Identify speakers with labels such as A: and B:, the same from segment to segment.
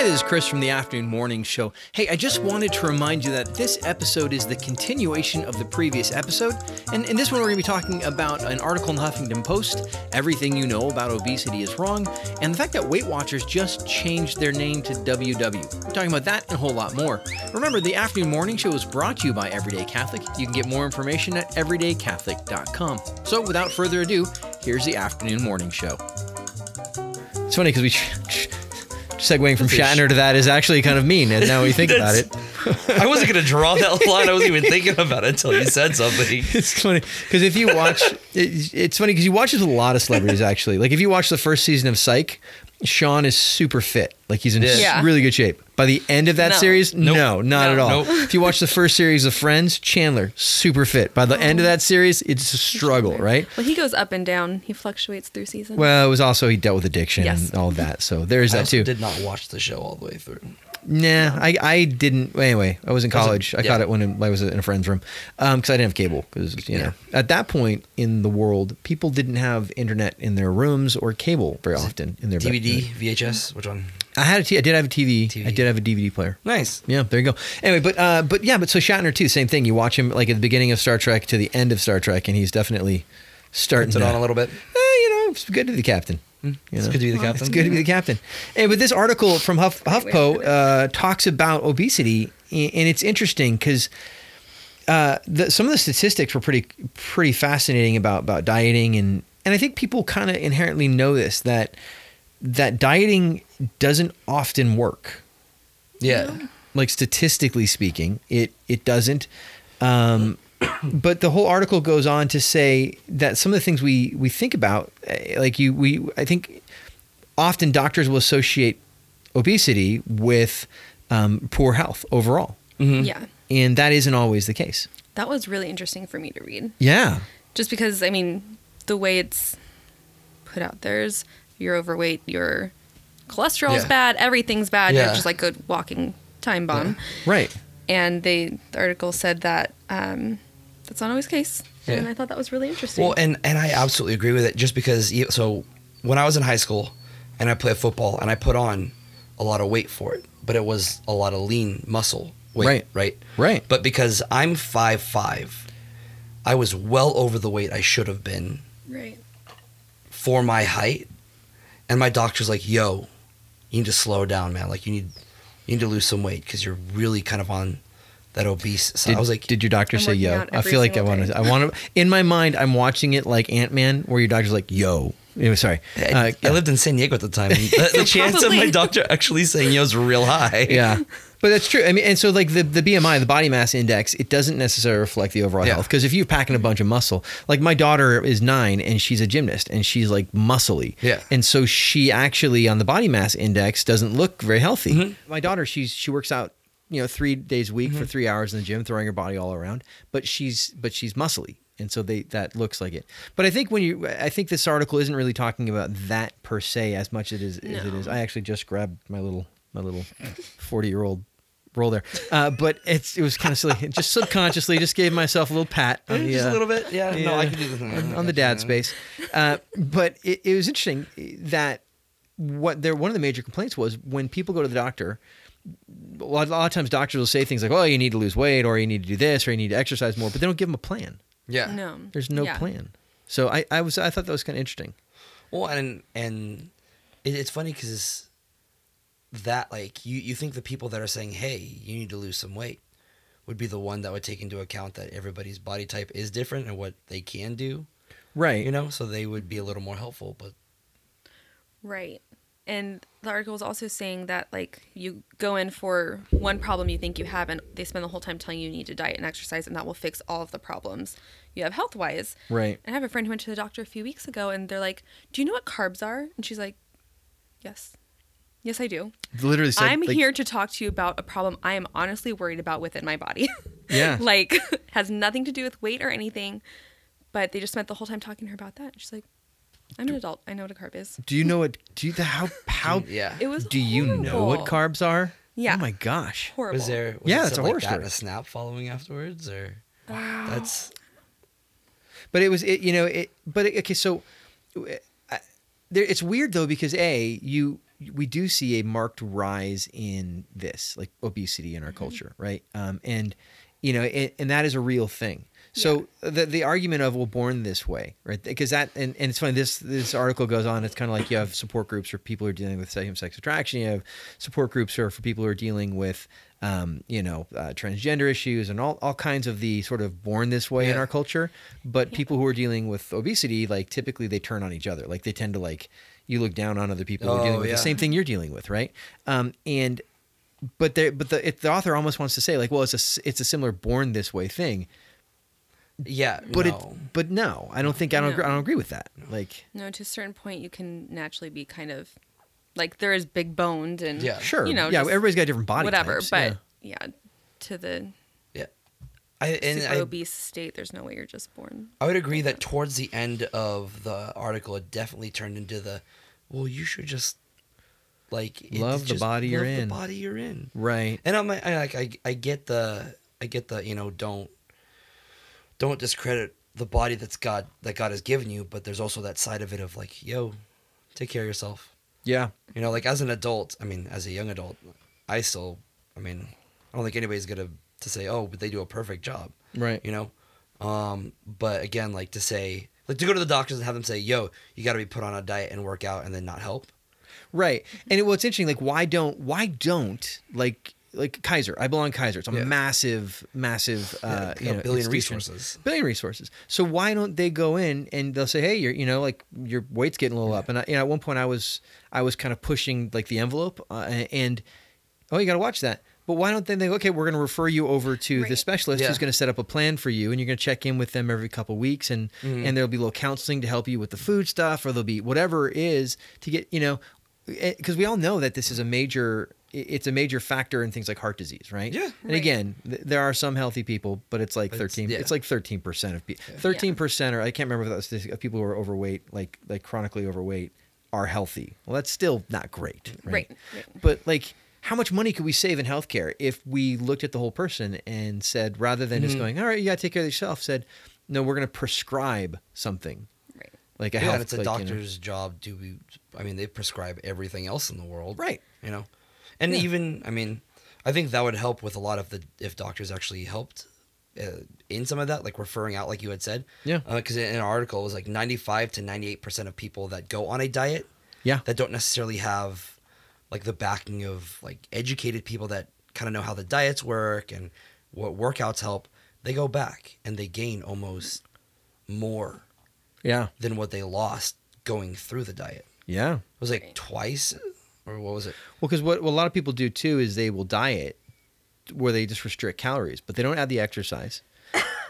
A: is Chris from the Afternoon Morning Show. Hey, I just wanted to remind you that this episode is the continuation of the previous episode. And in this one, we're going to be talking about an article in the Huffington Post, Everything You Know About Obesity is Wrong, and the fact that Weight Watchers just changed their name to WW. We're talking about that and a whole lot more. Remember, the Afternoon Morning Show is brought to you by Everyday Catholic. You can get more information at everydaycatholic.com. So without further ado, here's the Afternoon Morning Show. It's funny because we segueing from Shatner to that is actually kind of mean. And now we think about it,
B: I wasn't gonna draw that line. I wasn't even thinking about it until you said something.
A: it's funny because if you watch, it, it's funny because you watch this with a lot of celebrities actually. Like if you watch the first season of Psych, Sean is super fit. Like he's in
B: Yeah.
C: Yeah.
A: really good shape. By the end of that
C: No.
A: series,
B: Nope.
A: no, not
C: No.
A: at all.
B: Nope.
A: If you watch the first series of Friends, Chandler super fit. By the end of that series, it's a struggle, right?
C: Well, he goes up and down. He fluctuates through seasons.
A: Well, it was also he dealt with addiction
C: Yes.
A: and all of that, so there's
B: I
A: that
B: also
A: too.
B: did not watch the show all the way through.
A: Nah, I, I didn't. well, Anyway, I was in
B: was a-
A: college. I
B: yeah.
A: caught it when I was in a friend's room because I didn't have cable. Because you know, at that point in the world, people didn't have internet in their rooms or cable very often in their bed-
B: DVD, VHS, which one?
A: I had a t- I did have a TV. I
B: TV.
A: did have a DVD player.
B: Nice.
A: Yeah, there you go. Anyway, but uh, but yeah, but so Shatner too. Same thing. You watch him like at the beginning of Star Trek to the end of Star Trek, and he's definitely starting
B: Puts it
A: to-
B: on a little bit.
A: Eh, you know, it's good to be the captain. You
B: Hmm. it's
A: know.
B: good to be the captain.
A: It's good to be the captain. And with this article from Huff, HuffPo uh, talks about obesity, a- and it's interesting because uh, the, some of the statistics were pretty pretty fascinating about about dieting, and and I think people kind of inherently know this that that dieting doesn't often work
B: Yeah.
A: like statistically speaking, it it doesn't. Um, but the whole article goes on to say that some of the things we we think about, eh, like you, we I think often doctors will associate obesity with um, poor health overall,
C: yeah.
A: and that isn't always the case.
C: That was really interesting for me to read.
A: Yeah,
C: Just because, I mean, the way it's put out there is you're overweight, your cholesterol's
B: Yeah.
C: bad, everything's bad.
B: Yeah.
C: You're just like a walking time bomb.
A: right.
C: And they, the article said that um, that's not always the case. And
B: Yeah.
C: I thought that was really interesting.
B: Well, and and I absolutely agree with it. Just because, you- so when I was in high school, and I played football, and I put on a lot of weight for it, but it was a lot of lean muscle weight,
A: Right.
B: right,
A: Right.
B: But because I'm five five, I was well over the weight I should have been
C: right.
B: for my height, and my doctor's like, "Yo, you need to slow down, man. Like you need you need to lose some weight because you're really kind of on that obese." side."
A: Did,
B: I was like,
A: did your doctor
C: I'm
A: say
C: working
A: yo?
C: out
A: I
C: every
A: feel like I
C: single
A: want
C: day.
A: to. I want to. In my mind, I'm watching it like Ant Man, where your doctor's like yo. Anyway, sorry.
B: I,
A: Uh,
B: Eh, I lived in San Diego at the time. and The, the chance of my
C: probably-
B: doctor actually saying yo is real high.
A: yeah but that's true i mean and so like the, the bmi the body mass index it doesn't necessarily reflect the overall
B: Yeah.
A: health because if you're packing a bunch of muscle like my daughter is nine and she's a gymnast and she's like muscly
B: Yeah.
A: and so she actually on the body mass index doesn't look very healthy
B: Mm-hmm.
A: my daughter she's she works out you know three days a week for three hours in the gym throwing her body all around but she's but she's muscly and so they that looks like it but i think when you i think this article isn't really talking about that per se as much as it is as it
C: No.
A: is I actually just grabbed my little my little forty year old roll there, uh, but it's it was kind of silly. It Just subconsciously, just gave myself a little pat on the,
B: Just
A: uh,
B: a little bit. Yeah. No, I
A: yeah.
B: can do this
A: on, on the dad space. Uh, but it, it was interesting that what their one of the major complaints was when people go to the doctor. A lot, a lot of times, doctors will say things like, "Oh, you need to lose weight, or you need to do this, or you need to exercise more," but they don't give them a plan.
B: Yeah.
C: No.
A: There's no
C: Yeah.
A: plan. So I, I was I thought that was kind of interesting.
B: Well, and and it, it's funny because that like you you think the people that are saying hey you need to lose some weight would be the one that would take into account that everybody's body type is different and what they can do
A: Right.
B: you know so they would be a little more helpful but
C: Right. And the article was also saying that like you go in for one problem you think you have and they spend the whole time telling you you need to diet and exercise and that will fix all of the problems you have health wise.
A: Right.
C: And I have a friend who went to the doctor a few weeks ago and they're like, Do you know what carbs are? And she's like, Yes. Yes I do.
A: Literally said,
C: I'm
A: like-
C: here to talk to you about a problem I am honestly worried about within my body.
A: Yeah.
C: like has nothing to do with weight or anything. But they just spent the whole time talking to her about that. She's like, I'm an adult. I know what a carb is.
A: Do you know what? Do you, how how?
B: yeah
C: It was.
A: Do you know what
C: horrible.
A: carbs are?
C: Yeah.
A: Oh my gosh.
C: Horrible.
B: was there was
A: Yeah,
B: it
A: it's a
B: stuff
A: horror
B: like that
A: story.
B: a snap following afterwards or that's
A: But it was it. You know it. But it, okay, so uh, I, there, it's weird though because a you we do see a marked rise in this, like obesity in our culture, right? Um, and you know, and, and that is a real thing. So the the argument of well, born this way, right? Because that and, and it's funny. This this article goes on. It's kind of like you have support groups for people who are dealing with same sex attraction. You have support groups for for people who are dealing with um, you know uh, transgender issues and all all kinds of the sort of born this way in
B: Yeah.
A: our culture. But people who are dealing with obesity, like typically they turn on each other. Like they tend to like you look down on other people who are dealing
B: Oh,
A: with
B: yeah.
A: the same thing you're dealing with, right? Um, and but there, but the it, the author almost wants to say like, well, it's a s- it's a similar born this way thing
B: Yeah,
A: but
B: no.
A: it but no i don't think i don't
C: No.
A: agree, i don't agree with that like
C: No, to a certain point, you can naturally be kind of like there is big boned and
B: Yeah.
A: sure
C: you know,
A: yeah
C: just
A: everybody's got different body
C: whatever.
A: types,
C: But
A: yeah.
C: yeah. to the
B: yeah, I and
C: super
B: I,
C: obese state, there's no way you're just born.
B: I would agree that towards the end of the article, it definitely turned into the, well, you should just like it-
A: Love the
B: just
A: body you're
B: love
A: in.
B: The body you're in,
A: right
B: and I'm like, I like, I, I get the, I get the, you know, don't, don't discredit the body that's God that God has given you, but there's also that side of it of like, yo, take care of yourself.
A: yeah
B: You know, like as an adult, I mean, as a young adult, I still, I mean, I don't think anybody's gonna to say, oh, but they do a perfect job
A: right
B: you know um but again like to say like to go to the doctors and have them say yo you got to be put on a diet and work out and then not help
A: right
C: Mm-hmm.
A: and it, well it's interesting like why don't why don't like like kaiser i belong kaiser it's a
B: Yeah.
A: massive massive uh
B: Yeah,
A: you know,
B: billion
A: institution.
B: resources.
A: billion resources so why don't they go in and they'll say hey you're you know like your weight's getting a little up and I, you know at one point i was i was kind of pushing like the envelope uh, and oh you got to watch that but why don't they think okay we're going to refer you over to the
C: Right.
A: specialist who's
B: Yeah.
A: going to set up a plan for you and you're going to check in with them every couple weeks and
B: Mm-hmm.
A: and there'll be a little counseling to help you with the food stuff or there'll be whatever it is to get you know because we all know that this is a major i- it's a major factor in things like heart disease right
B: Yeah.
A: and
C: Right.
A: again th- there are some healthy people but it's like
B: It's-
A: 13
B: yeah.
A: it's like 13 percent of people 13 percent or i can't remember if that was the- of people who are overweight like like chronically overweight are healthy well that's still not great
C: Right. right.
A: but like, how much money could we save in healthcare if we looked at the whole person and said, rather than
B: Mm-hmm.
A: just going, all right, you got to take care of yourself, said, no, we're going to prescribe something
C: Right.
A: like a
B: yeah,
A: health.
B: and it's a
A: like, you know-
B: doctor's job to be i mean they prescribe everything else in the world
A: Right.
B: you know and
A: Yeah.
B: even i mean i think that would help with a lot of the if doctors actually helped uh, in some of that like referring out like you had said
A: Yeah.
B: because in an article it was like 95 to 98 percent of people that go on a diet
A: Yeah.
B: that don't necessarily have like the backing of like educated people that kind of know how the diets work and what workouts help they go back and they gain almost more
A: yeah.
B: than what they lost going through the diet
A: Yeah. Well,
B: it was like
C: Right.
B: twice or what was it
A: because what, what a lot of people do too is they will diet where they just restrict calories, but they don't add the exercise.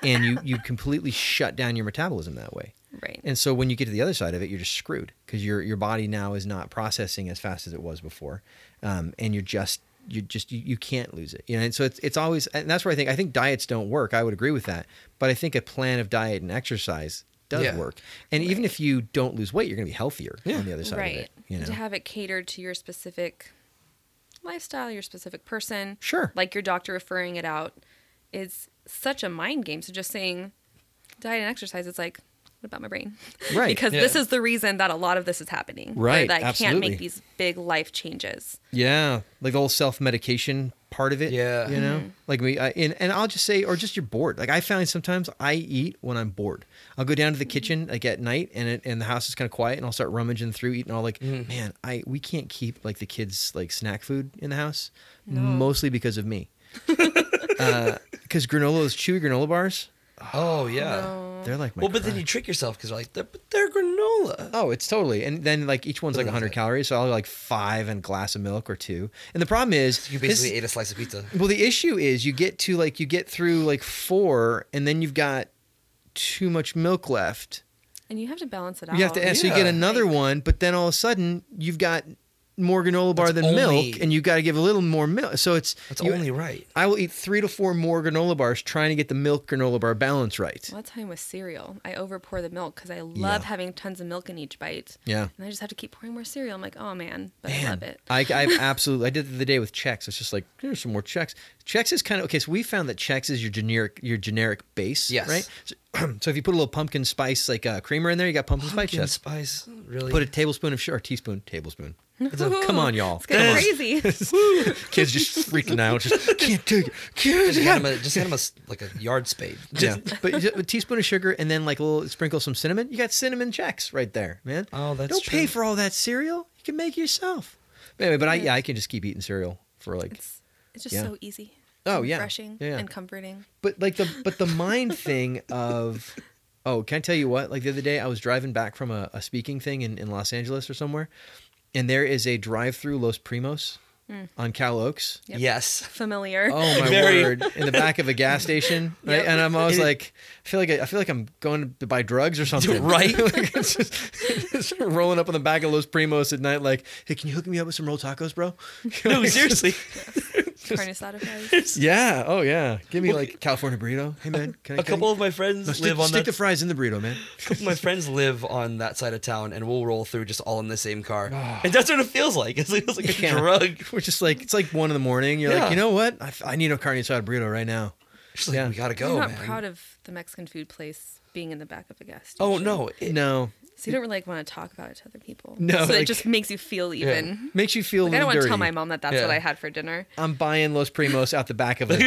A: and you, you completely shut down your metabolism that way.
C: Right.
A: And so when you get to the other side of it, you're just screwed because your your body now is not processing as fast as it was before, um, and you're just you just you, you can't lose it. You know, and so it's it's always and that's where I think I think diets don't work. I would agree with that, but I think a plan of diet and exercise does
B: Yeah.
A: work. And even if you don't lose weight, you're going to be healthier on the other side
C: right.
A: of it. You know,
C: To have it catered to your specific lifestyle, your specific person.
A: Sure.
C: Like your doctor referring it out is such a mind game. So just saying diet and exercise, it's like, what about my brain?
A: Right.
C: because this
B: Yeah.
C: is the reason that a lot of this is happening. or
A: Right,
C: That I can't
A: absolutely.
C: make these big life changes.
A: Yeah, like the whole self medication part of it.
B: Yeah.
A: you know, like we I, and and I'll just say, or just you're bored. Like I find sometimes I eat when I'm bored. I'll go down to the kitchen like at night, and it, and the house is kind of quiet, and I'll start rummaging through, eating all like,
B: Mm-hmm.
A: man, I we can't keep like the kids like snack food in the house, mostly because of me, because granola those chewy granola bars,
B: oh yeah
C: No.
A: they're like my
B: well but then
A: crap.
B: you trick yourself because you're like they're, but they're granola
A: Oh, it's totally. And then like each one's like
B: Doesn't
A: 100
B: fit.
A: calories, so I'll have, like five and a glass of milk or two. And the problem is,
B: you
A: this-
B: basically ate a slice of pizza
A: Well, the issue is you get to like you get through like four, and then you've got too much milk left.
C: And you have to balance it out.
A: You have to so you
B: yeah.
A: get another one, but then all of a sudden you've got more granola bar
B: That's
A: than milk,
B: only-
A: and you've got to give a little more milk. So it's
B: that's
A: you-
B: only right
A: I will eat three to four more granola bars trying to get the milk granola bar balance right.
C: Well, that's how I'm with cereal. I overpour the milk because I love
A: Yeah.
C: having tons of milk in each bite.
A: Yeah.
C: And I just have to keep pouring more cereal. I'm like, oh man, but I love it.
A: I, I absolutely. I did it the day with checks. It's just like here's some more checks. Checks is kind of okay. So we found that checks is your generic your generic base,
B: Yes.
A: right? So so if you put a little pumpkin spice like uh, creamer in there, you got pumpkin, spice.
B: Pumpkin
A: chef.
B: spice, really?
A: Put a tablespoon of sugar, or teaspoon, tablespoon. It's a-
C: Ooh,
A: come on, y'all.
C: It's getting
A: Come on.
C: crazy.
A: Kids just freaking out. Just can't take it. Can't
B: just hand
A: take
B: him
A: it.
B: a, just hand him a s- like a yard spade.
A: Yeah, but just a teaspoon of sugar and then like a little sprinkle some cinnamon. You got cinnamon checks right there, man.
B: Oh, that's
A: don't pay
B: true.
A: for all that cereal. You can make it yourself. But anyway, but I yeah I can just keep eating cereal for like
C: It's, it's just
A: Yeah.
C: so easy.
A: Oh,
C: and
A: yeah.
C: refreshing
A: Yeah, yeah.
C: and comforting.
A: but like the but the mind thing of oh can i tell you what like the other day i was driving back from a, a speaking thing in, in los angeles or somewhere and there is a drive-through los primos
C: Mm.
A: on cal oaks
C: Yep.
B: Yes.
C: Familiar.
A: oh my
B: Very-
A: word in the back of a gas station right?
C: Yep.
A: and i'm always like i feel like I, I feel like i'm going to buy drugs or something
B: Right.
A: Like, it's just, it's rolling up in the back of los primos at night like hey can you hook me up with some rolled tacos bro
D: No, seriously.
C: Carne asada fries.
A: yeah oh yeah give me like california burrito hey man can
D: A
A: i can I-
D: couple of my
A: No,
D: friends
A: stick,
D: live on
A: stick
D: that.
A: the fries in the burrito man
B: couple of my friends live on that side of town, and we'll roll through just all in the same car.
D: and that's what it feels like. It's like, it's like a
A: Yeah.
D: drug.
A: We're just like it's like one in the morning. You're
D: Yeah.
A: like, you know what? I, f- I need a carne asada burrito right now.
B: Just like,
A: Yeah.
B: we gotta go,
C: I'm not
B: man.
C: proud of the Mexican food place being in the back of a gas station.
B: oh no, it-
A: no,
C: So you don't really like want to talk about it to other people.
A: No,
C: So
A: like-
C: it just makes you feel even.
A: makes you feel.
C: Like I don't want
A: dirty.
C: to tell my mom that that's
B: Yeah.
C: what I had for dinner.
A: I'm buying Los Primos out the back of a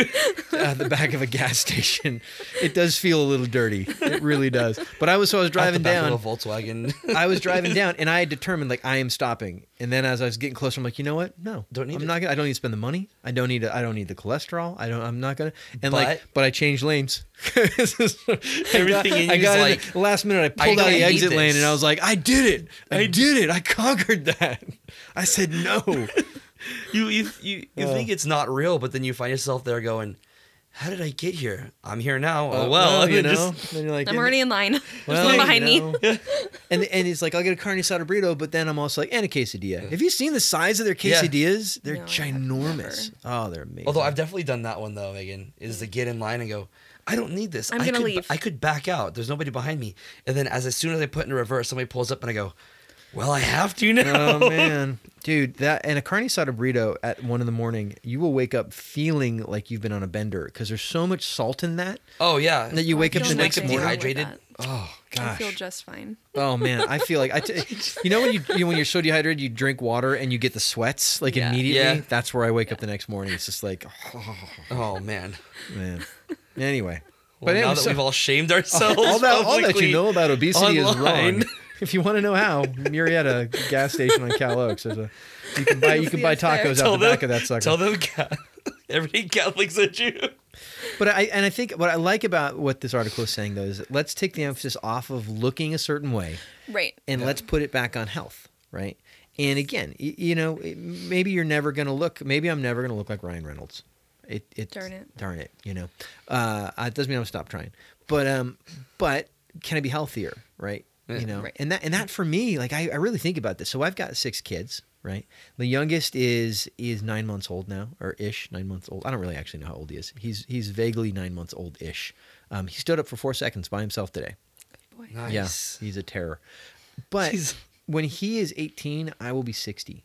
A: out the back of a gas station. It does feel a little dirty. It really does. But I was so I was
B: out the
A: driving
B: back
A: down.
B: of a Volkswagen.
A: I was driving down, and I had determined like I am stopping. And then as I was getting closer, I'm like, you know what? No,
B: Don't need
A: I'm
B: it.
A: not gonna. I don't need to spend the money. I don't need. I I don't need the cholesterol. I don't. I'm not gonna. And like,
B: But-
A: but I changed lanes. Everything
D: Everything in
A: I
D: you
A: got
D: is
A: in
B: like,
A: the last minute. I pulled out
B: don't
A: the
B: need
A: exit lane, and I
B: this.
A: was like, I did it. I did it. I conquered that. I said no.
B: you you you, you
A: Yeah.
B: think it's not real, but then you find yourself there going, "How did I get here? I'm here now.
A: Uh,
B: Oh well,
A: you
B: and then
A: know.
B: just-
A: Then you're like,
C: I'm
A: and-
C: already in line. There's
A: well,
C: one
A: you
C: behind me.
A: know. and and he's like, I'll get a carne asada burrito, but then I'm also like, and a quesadilla. Have you seen the size of their
B: Yeah.
A: quesadillas? They're
C: No, I have
A: ginormous. Oh, they're amazing.
B: Although I've definitely done that one though, Megan, is to get in line and go, I don't need this.
C: I'm
B: I
C: gonna
B: could,
C: leave."
B: I could back out. There's nobody behind me. And then as, as soon as I put in reverse, somebody pulls up and I go, Well, I have to now.
A: Oh man, dude, that and a carne asada burrito at one in the morning, you will wake up feeling like you've been on a bender because there's so much salt in that
B: oh yeah.
A: that you wake up the
C: feel nothing
A: next
C: wrong
A: morning.
C: with
B: dehydrated.
C: that.
B: Oh
C: I feel
A: Gosh,
C: just fine.
A: oh man, I feel like I, t- you know, when you, you when you're so dehydrated, you drink water and you get the sweats like
C: Yeah.
A: immediately.
B: Yeah.
A: That's where I wake up the next morning. It's just like,
B: oh man.
A: man. Anyway,
B: Well, now
A: anyway,
B: that
A: so-
B: we've all shamed ourselves,
A: all that, all that
B: publicly.
A: you know about obesity is
B: online.
A: wrong. If you want to know how, Murrieta gas station on Cal Oaks. There's a you can buy you can
C: see
A: buy
C: us there.
A: tacos out the back of that sucker.
B: Tell them Ca- every Catholic's a Jew.
A: But I and I think what I like about what this article is saying though is that let's take the emphasis off of looking a certain way
C: Right.
A: and let's put it back on health, right? And again, y- you know, it- maybe you're never going to look. Maybe I'm never going to look like Ryan Reynolds. It, it
C: Darn it.
A: darn it, you know. Uh, uh, it doesn't mean I'm gonna stop trying, but um, but can I be healthier, right? You know,
C: Right.
A: and that and that for me, like I, I really think about this. So I've got six kids, right? The youngest is is nine months old now, or ish, nine months old. I don't really actually know how old he is. He's he's vaguely nine months old ish. Um, he stood up for four seconds by himself today.
C: Boy.
B: Nice.
A: Yeah, he's a terror. But
B: Jeez.
A: when he is 18, I will be 60.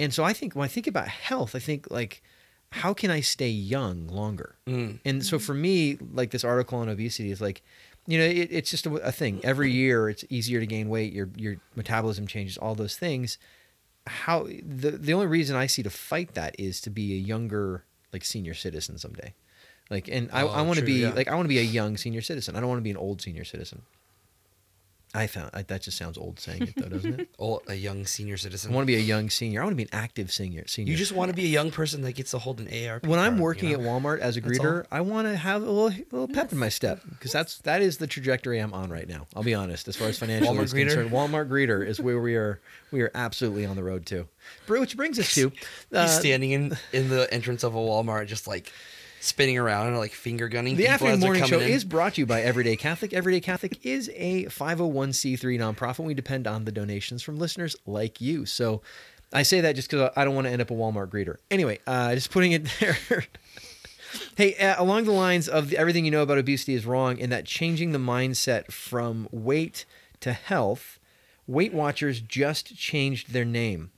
A: And so I think when I think about health, I think like, how can I stay young longer?
B: Mm.
A: And so for me, like this article on obesity is like, you know, it, it's just a, a thing. Every year, it's easier to gain weight. Your your metabolism changes. All those things. How the the only reason I see to fight that is to be a younger like senior citizen someday. Like, and I,
B: Oh,
A: I want to
B: true,
A: be
B: yeah.
A: like I want to be a young senior citizen. I don't want to be an old senior citizen. I found I, that just sounds old saying it though, doesn't it?
B: Oh, a young senior
A: I
B: citizen.
A: want to be a young senior. I want to be an active senior. Senior.
B: You just want to be a young person that gets to hold an AR.
A: when I'm working at Walmart as a
B: That's
A: greeter, I want to have a little, a little pep in my step because that's that is the trajectory I'm on right now. I'll be honest, as far as financial
B: Walmart
A: is
B: greeter?
A: concerned, Walmart greeter is where we are. We are absolutely on the road to, Br- which brings us to uh,
B: he's standing in in the entrance of a Walmart, just like spinning around and like finger gunning.
A: The
B: people
A: Afternoon
B: as they're
A: Morning Show
B: coming in.
A: is brought to you by Everyday Catholic. Everyday Catholic is a 501c3 nonprofit. We depend on the donations from listeners like you. So I say that just because I don't want to end up a Walmart greeter. Anyway, uh, just putting it there. hey, uh, along the lines of the, everything you know about obesity is wrong, and that changing the mindset from weight to health, Weight Watchers just changed their name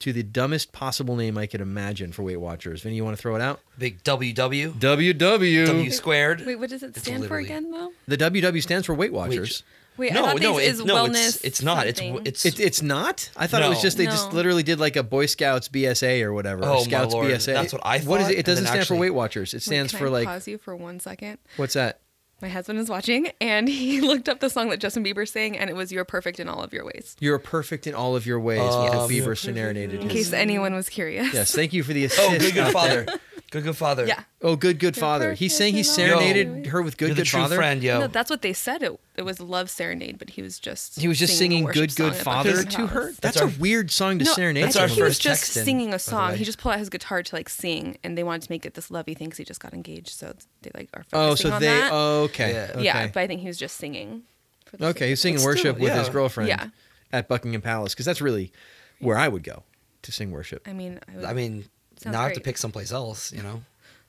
A: to the dumbest possible name I could imagine for Weight Watchers. Vinny, you want to throw it out?
B: Big WW,
A: WW.
B: W squared.
C: Wait, what does it
B: It's
C: stand for
B: literally-
C: again, though?
A: the WW stands for Weight Watchers.
C: Wait, I
B: no,
C: thought
B: no,
C: these is
B: it, no,
C: wellness.
B: it's, it's not. It's
C: something.
B: it's
A: It, it's not. I thought it was
B: No.
A: just they just
C: No.
A: literally did like a Boy Scouts BSA or whatever.
B: Oh, my
A: Scouts
B: lord.
A: BSA.
B: That's what I
A: What is
B: thought,
A: it? It
B: and
A: doesn't
B: then
A: stand for
B: actually-
A: Weight Watchers. It
C: Wait,
A: stands
C: can
A: for
C: I
A: like
C: Pause you for one second.
A: what's that?
C: My husband is watching, and he looked up the song that Justin Bieber sang, and it was "You're Perfect in All of Your Ways."
A: You're perfect in all of your ways.
B: Um,
A: with the Bieber serenaded.
C: In case anyone was curious.
A: Yes, thank you for the assist.
B: oh, good
A: out
B: good father,
A: there.
B: good good father.
C: Yeah.
A: Oh, good good father. He's
C: perfect
A: saying he
C: in all
A: serenaded
C: your
A: her with good
B: You're the
A: good
B: true
A: father.
B: friend, yo.
C: No, that's what they said. It it was love serenade, but he was just
A: He was just
C: singing,
A: singing
C: a
A: good
C: worship
A: good
C: song at
A: father
C: Buckingham
A: to her.
C: Palace.
A: That's,
B: That's our-
A: a weird song to
C: No,
A: serenade.
C: I
B: our
C: think
A: someone.
C: he was
B: first
C: just
B: text in,
C: singing
B: by
C: a
B: the
C: song.
B: way.
C: He just pulled out his guitar to like sing, and they wanted to make it this lovey thing because he just got engaged. So they like are focusing
A: Oh, so
C: on
A: they.
C: that.
A: Oh, okay.
B: Yeah.
A: Okay.
C: Yeah, but I think he was just singing. For the
A: Okay, he was singing
B: But still,
A: worship with his
B: yeah.
A: girlfriend
C: Yeah.
A: at Buckingham Palace because that's really where I would go to sing worship.
C: I mean, I, would,
B: I mean,
C: Sounds
B: now I have to
C: great.
B: pick someplace else. You know.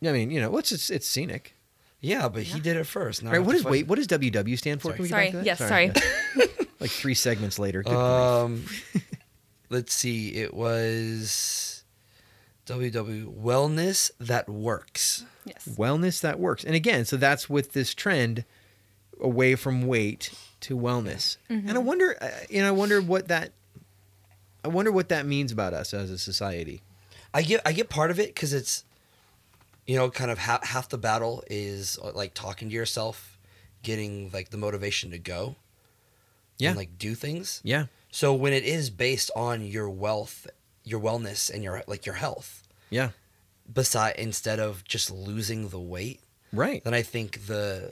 A: I mean, you know, what's it's, it's scenic,
B: Yeah, but he did it first. Now I
A: right?
B: have
A: What
B: to
A: is
B: find-
A: wait? What does WW stand for?
B: Sorry.
A: Can we get
C: sorry.
A: back to that?
C: Yes, sorry.
A: yeah. Uh, like three segments later. Good grief.
B: Um, let's see. It was WW Wellness that works.
C: yes.
A: wellness that works, and again, so that's with this trend away from weight to wellness, and I
C: Mm-hmm.
A: wonder, uh, you know, I wonder what that, I wonder what that means about us as a society.
B: I get I get part of it because it's, you know, kind of half half the battle is uh, like talking to yourself, getting like the motivation to go,
A: Yeah.
B: and like do things.
A: Yeah,
B: So when it is based on your wealth, your wellness, and your like your health,
A: yeah,
B: beside instead of just losing the weight,
A: right,
B: then I think the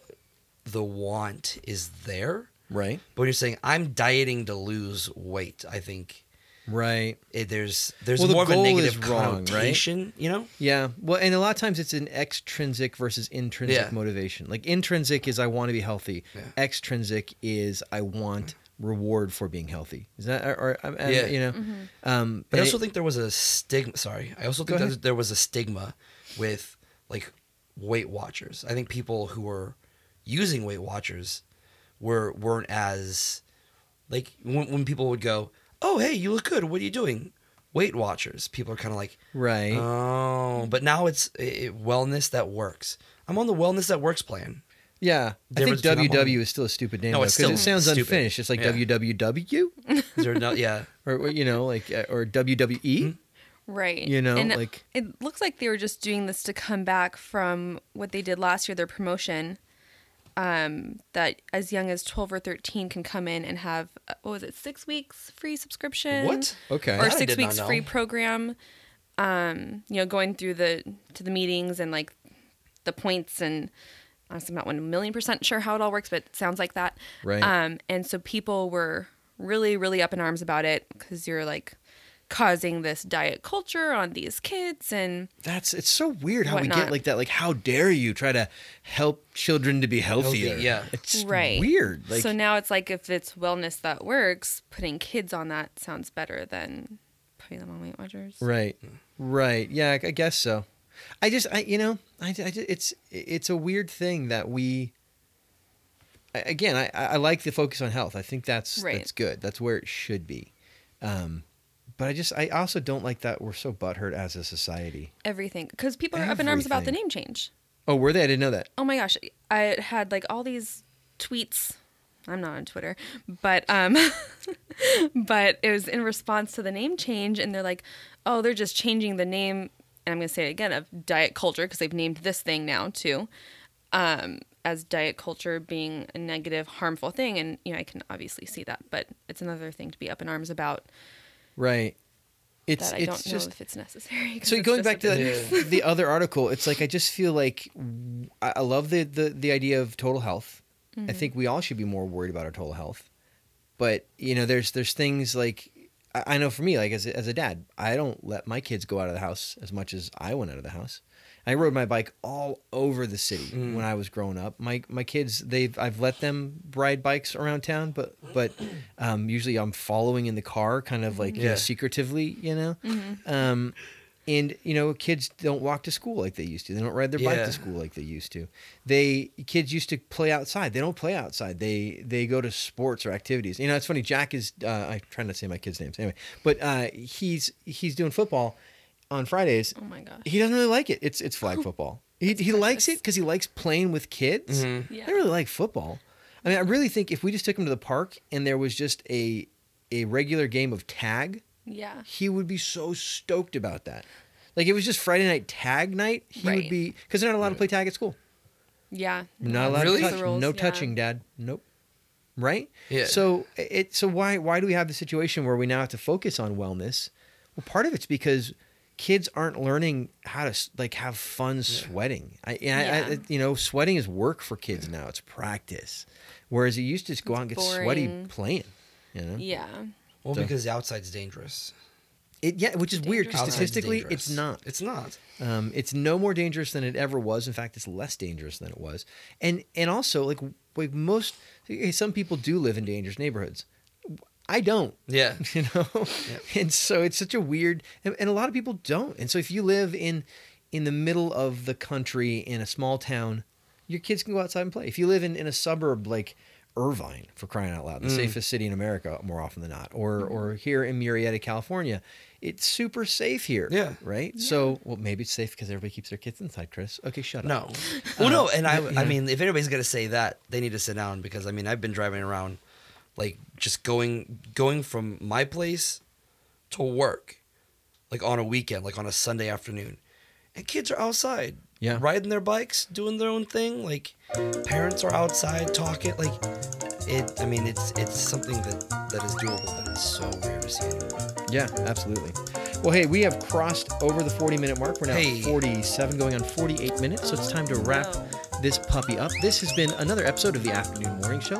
B: the want is there.
A: right,
B: But when you're saying I'm dieting to lose weight, I think
A: right.
B: it, there's there's
A: Well, the
B: more of a
A: goal
B: negative
A: is wrong, right?
B: connotation, you know?
A: Yeah. Well, and a lot of times it's an extrinsic versus intrinsic
B: Yeah.
A: motivation. Like intrinsic is I want to be healthy.
B: Yeah.
A: Extrinsic is I want reward for being healthy. Is that or, or I- I-
B: Yeah.
A: you know?
C: Mm-hmm.
A: Um,
B: But I
A: and
B: also
A: it-
B: think there was a stigma. Sorry, I also
A: Go
B: think
A: ahead.
B: that there was a stigma with like Weight Watchers. I think people who were using Weight Watchers were weren't as like when, when people would go, "Oh, hey, you look good. What are you doing?" Weight Watchers. People are kind of like,
A: right.
B: "Oh," but now it's it, it- wellness that works. I'm on the wellness that works plan.
A: yeah. I think
B: difference between I'm on-
A: WW is still a stupid name
B: No,
A: though,
B: it's
A: it
B: still
A: sounds
B: stupid.
A: unfinished. It's like
B: Yeah.
A: WWW
B: Is there no? Yeah.
A: or you know like uh, or WWE.
B: Mm-hmm.
C: Right.
A: You know,
C: And
A: like-
C: it looks like they were just doing this to come back from what they did last year, their promotion. Um, that as young as twelve or thirteen can come in and have uh, what was it, six weeks free subscription?
B: What?
A: Okay.
C: Or
B: That I
C: six
B: did not
C: weeks
B: know.
C: free program. Um, you know, going through the to the meetings and like the points and honestly, I'm not one million percent sure how it all works, but it sounds like that.
A: Right.
C: Um, and so people were really, really up in arms about it because you're like causing this diet culture on these kids, and
A: That's it's so weird how we get
C: Whatnot.
A: like that. Like how dare you try to help children to be healthier?
B: Healthy, yeah.
A: It's
C: Right.
A: weird. Like
C: so now it's like if it's wellness that works, putting kids on that sounds better than putting them on Weight Watchers.
A: Right. Right. Yeah, I I guess so. I just, I, you know, I, I ju- it's, it's a weird thing that we, I- again, I, I like the focus on health. I think that's,
C: Right.
A: that's good. That's where it should be. Um, but I just, I also don't like that we're so butthurt as a society.
C: Everything, because people are up in arms about the
A: Everything.
C: name change.
A: Oh, were they? I didn't know that.
C: oh my gosh i had like all these tweets i'm not on twitter but um but it was in response to the name change and they're like oh they're just changing the name and i'm going to say it again of diet culture because they've named this thing now too um as diet culture being a negative harmful thing and you know i can obviously see that but it's another thing to be up in arms about
A: Right. It's,
C: that i
A: it's
C: don't
A: just,
C: know if it's necessary 'cause
A: so
C: it's
A: going
C: just a
A: back to
C: business.
A: that, the other article it's like i just feel like w- i I love the the, the idea of total health i
C: Mm-hmm.
A: think we all should be more worried about our total health but you know there's there's things like i, I know for me like as, a- as a dad i don't let my kids go out of the house as much as i went out of the house i rode my bike all over the city when i was growing up my my kids they've i've let them ride bikes around town but but um, usually i'm following in the car kind of like you know,
B: Yeah.
C: Mm-hmm.
A: secretively you know um, and you know kids don't walk to school like they used to they don't ride their bike
B: Yeah.
A: to school like they used to they kids used to play outside they don't play outside they they go to sports or activities you know it's funny jack is uh, i try not to say my kids names anyway but uh, he's he's doing football on fridays
C: Oh my gosh.
A: he doesn't really like it it's it's flag football he, he likes it because he likes playing with kids
C: Yeah.
A: i really like football i mean i really think if we just took him to the park and there was just a a regular game of tag
C: Yeah.
A: he would be so stoked about that. Like it was just Friday night tag night. He would
C: Right.
A: be because they're not allowed to play tag at school.
C: Yeah.
A: Not allowed
B: Really?
A: to
C: The
A: touch.
C: rules,
A: no
C: yeah.
A: touching, Dad. Nope. Right.
B: Yeah.
A: So it. So why why do we have the situation where we now have to focus on wellness? Well, part of it's because kids aren't learning how to s- like have fun sweating. I, and I, I
C: Yeah.
A: you know sweating is work for kids now. It's practice, whereas it used to just go out and get sweaty
C: boring.
A: playing. You know.
C: Yeah.
B: Well,
A: So-
B: because the outside's dangerous.
A: It, yeah, which is weird because
B: Outside's
A: statistically
B: dangerous.
A: it's not.
B: It's not.
A: Um, it's no more dangerous than it ever was. In fact, it's less dangerous than it was. And and also like like most okay, some people do live in dangerous neighborhoods. I don't,
B: Yeah.
A: you know. And so it's such a weird and, and a lot of people don't. And so if you live in in the middle of the country in a small town, your kids can go outside and play. If you live in, in a suburb like Irvine, for crying out loud, the
B: Mm.
A: safest city in America more often than not, or
B: Mm-hmm.
A: or here in Murrieta, California, it's super safe here.
B: Yeah.
A: Right. So well, maybe it's safe because everybody keeps their kids inside. Chris, okay, shut up.
B: No. Well, no, and I, I mean, if anybody's gonna say that, they need to sit down because I mean, I've been driving around, like just going, going from my place to work, like on a weekend, like on a Sunday afternoon, and kids are outside,
A: Yeah.
B: riding their bikes, doing their own thing. Like, parents are outside talking. Like, it. I mean, it's it's something that that is doable, but it's so rare to see anymore.
A: Yeah, absolutely. Well, hey, we have crossed over the 40 minute mark. We're now
B: Hey.
A: at 47, going on 48 minutes. So it's time to wrap
C: no.
A: this puppy up. This has been another episode of the Afternoon Morning Show.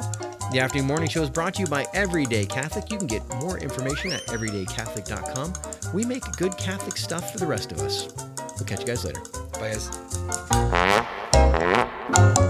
A: The Afternoon Morning Show is brought to you by Everyday Catholic. You can get more information at everydaycatholic.com. We make good Catholic stuff for the rest of us. We'll catch you guys later.
B: But as